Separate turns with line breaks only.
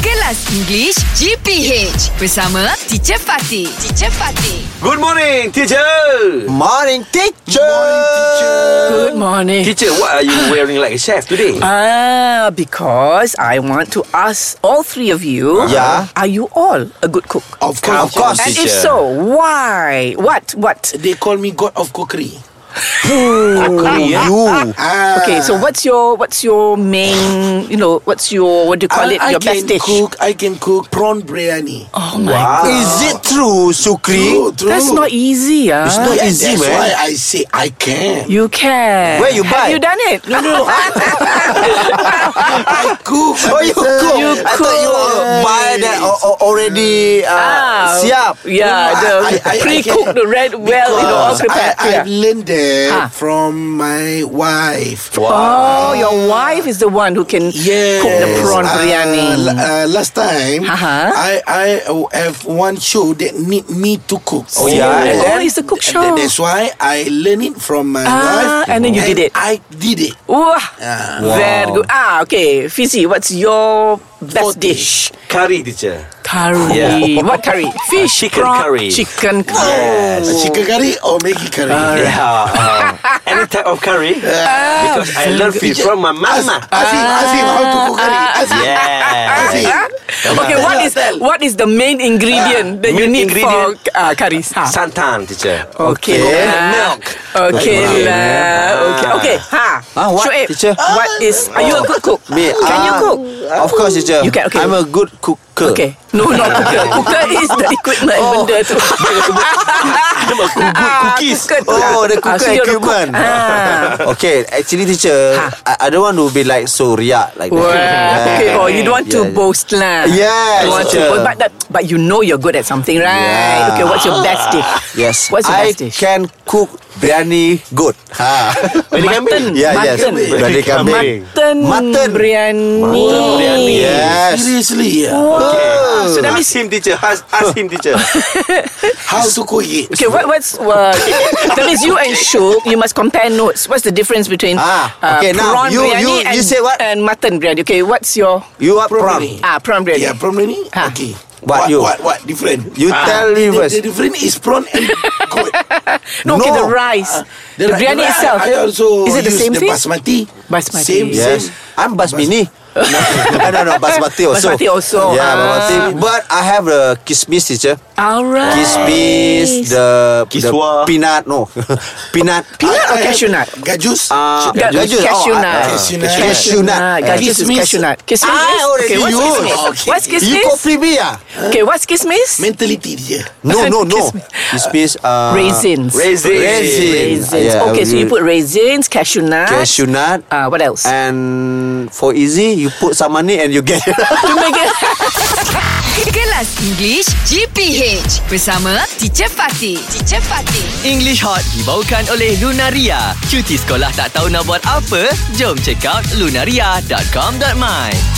Kelas English GPH bersama Teacher Fatih. Teacher Fatih.
Good morning, teacher.
Morning, teacher.
Good morning.
Teacher, what are you wearing like a chef today?
Uh,
Ah, because I want to ask all three of you.
Yeah.
Are you all a good cook?
Of course,
Of course,
and
And
if so, why? What? What?
they call me God of Cookery.
You.
Ah,
Okay, so what's your what's your main? You know, what's your what do you call
I,
it?
I
your
can
best dish.
cook. I can cook prawn biryani.
Is it true, Sukri?
True, true.
That's not easy, ah.
It's not
Yeah,
easy,
that's
man.
why I say I can.
you can.
Where you buy?
Have you done it? No, no.
I cook.
Oh, you cook.
You
I thought you
cook.
uh, buy that or, or already uh,
Ah,
siap.
Yeah,
No,
the
I- I- I- I
pre-cooked, the red, well, you know, all
Because
prepared.
I,
yeah.
I've learned that
Ah.
from my wife.
Oh, your wife is the one who can
Yes.
cook the prawn
Uh,
biryani.
l- uh, last time,
Uh-huh.
I I uh, have one show that need me to cook.
Oh, yeah.
So,
Oh,
it's the cook
th-
show.
That's why I learned it from my
Ah,
wife.
and then you did it.
I did it.
Wah,
Ah.
very good. Ah, okay. Fizzy, what's your best
Forte.
dish?
Curry, teacher.
Curry.
Yeah.
What curry? Fish.
Chicken
prawn,
curry.
Chicken curry.
Chicken curry or Maggi curry?
Yeah. uh, any type of curry because I learned it from my mama.
Aziz,
Ah.
Aziz, how to cook curry? Aziz, Aziz.
Yeah.
Okay, what is
Tell.
what is the main ingredient that you
Main
need for
ingredient.
uh, curries? Ha.
Santan, teacher.
Oh.
Okay. lah.
Milk.
Okay
Milk.
lah. Okay. Okay. Ha.
Ah, what,
Shoaib,
teacher?
What is? Are you a good cook?
Me,
Can you
ah,
cook?
Of course, teacher.
You can- okay.
I'm a good cooker.
Okay. No, not cooker. cooker is the equipment oh. benda tu.
cookies.
Ah, cooker tu.
Oh, the
Ah,
cooker
so you're a
equipment.
cook. Ah.
Okay, actually, teacher, I, I don't want to be like so riak like
Ha. Well,
that.
okay. Oh, you don't want to
Yeah, yeah.
boast lah.
Yes,
Don't want to
teacher.
boast, but that, but you know you're good at something, right?
Yeah.
Okay. What's your best dish?
Yes,
What's your
I
best dish?
can cook biryani good. Ha.
Mutton.
yeah, yes.
mutton.
Biryani kambing.
Mutton.
Mutton.
biryani.
Mutton biryani.
Yes.
Seriously, ya. yeah.
Oh, So that means
Ask him, teacher. Ask, ask him, teacher.
how to cook it?
Okay, what, what's uh, that means you and Shul, you must compare notes. What's the difference between
Ah, okay,
uh,
now,
prawn
you-
biryani
you-
and,
you say what?
and mutton biryani? Okay, what's your
You are prawn.
Prawn.
ah prawn biryani?
Yeah, prawn biryani?
Ha.
Okay.
What you?
What, what, different? Ah.
You tell me
the,
first.
the different is prawn and goat.
no, okay,
no.
the rice, the,
Then I-
biryani
then I-
itself.
I also
is it the
use
same
the
thing?
basmati.
Basmati.
Same,
Yes.
same.
I'm basmini. no, no, no, basmati also.
Basmati also,
Yeah,
ah.
basmati. But I have the kismis, teacher.
All right.
Kismis, the,
Kiswa.
the peanut, no. peanut.
Peanut
I-
or
I have
cashew nut?
Gajus.
Uh,
Ga- cashew
I- uh,
nut.
Cashew nut.
Cashew
Ah,
nut.
guys, this is
Kismis.
cashew nut. Kismis.
I
is-
already
okay, what's
use.
kismis?
Okay.
What's
You
kismis?
copy me, ah?
Okay, what's kismis?
Mentality dia.
No, no, no. Kismis. Uh,
Raisins.
Raisins.
Raisin.
Raisins.
Yeah,
okay, so you
we-
put raisins, cashew nut.
Cashew nut. Ah.
Uh, what else?
And for easy, you put some money and you get.
to make it.
Kelas English GPH bersama Teacher Fatih. Teacher Fatih.
English Hot dibawakan oleh Lunaria. Cuti sekolah tak tahu nak buat apa? Jom check out lunaria.com.my.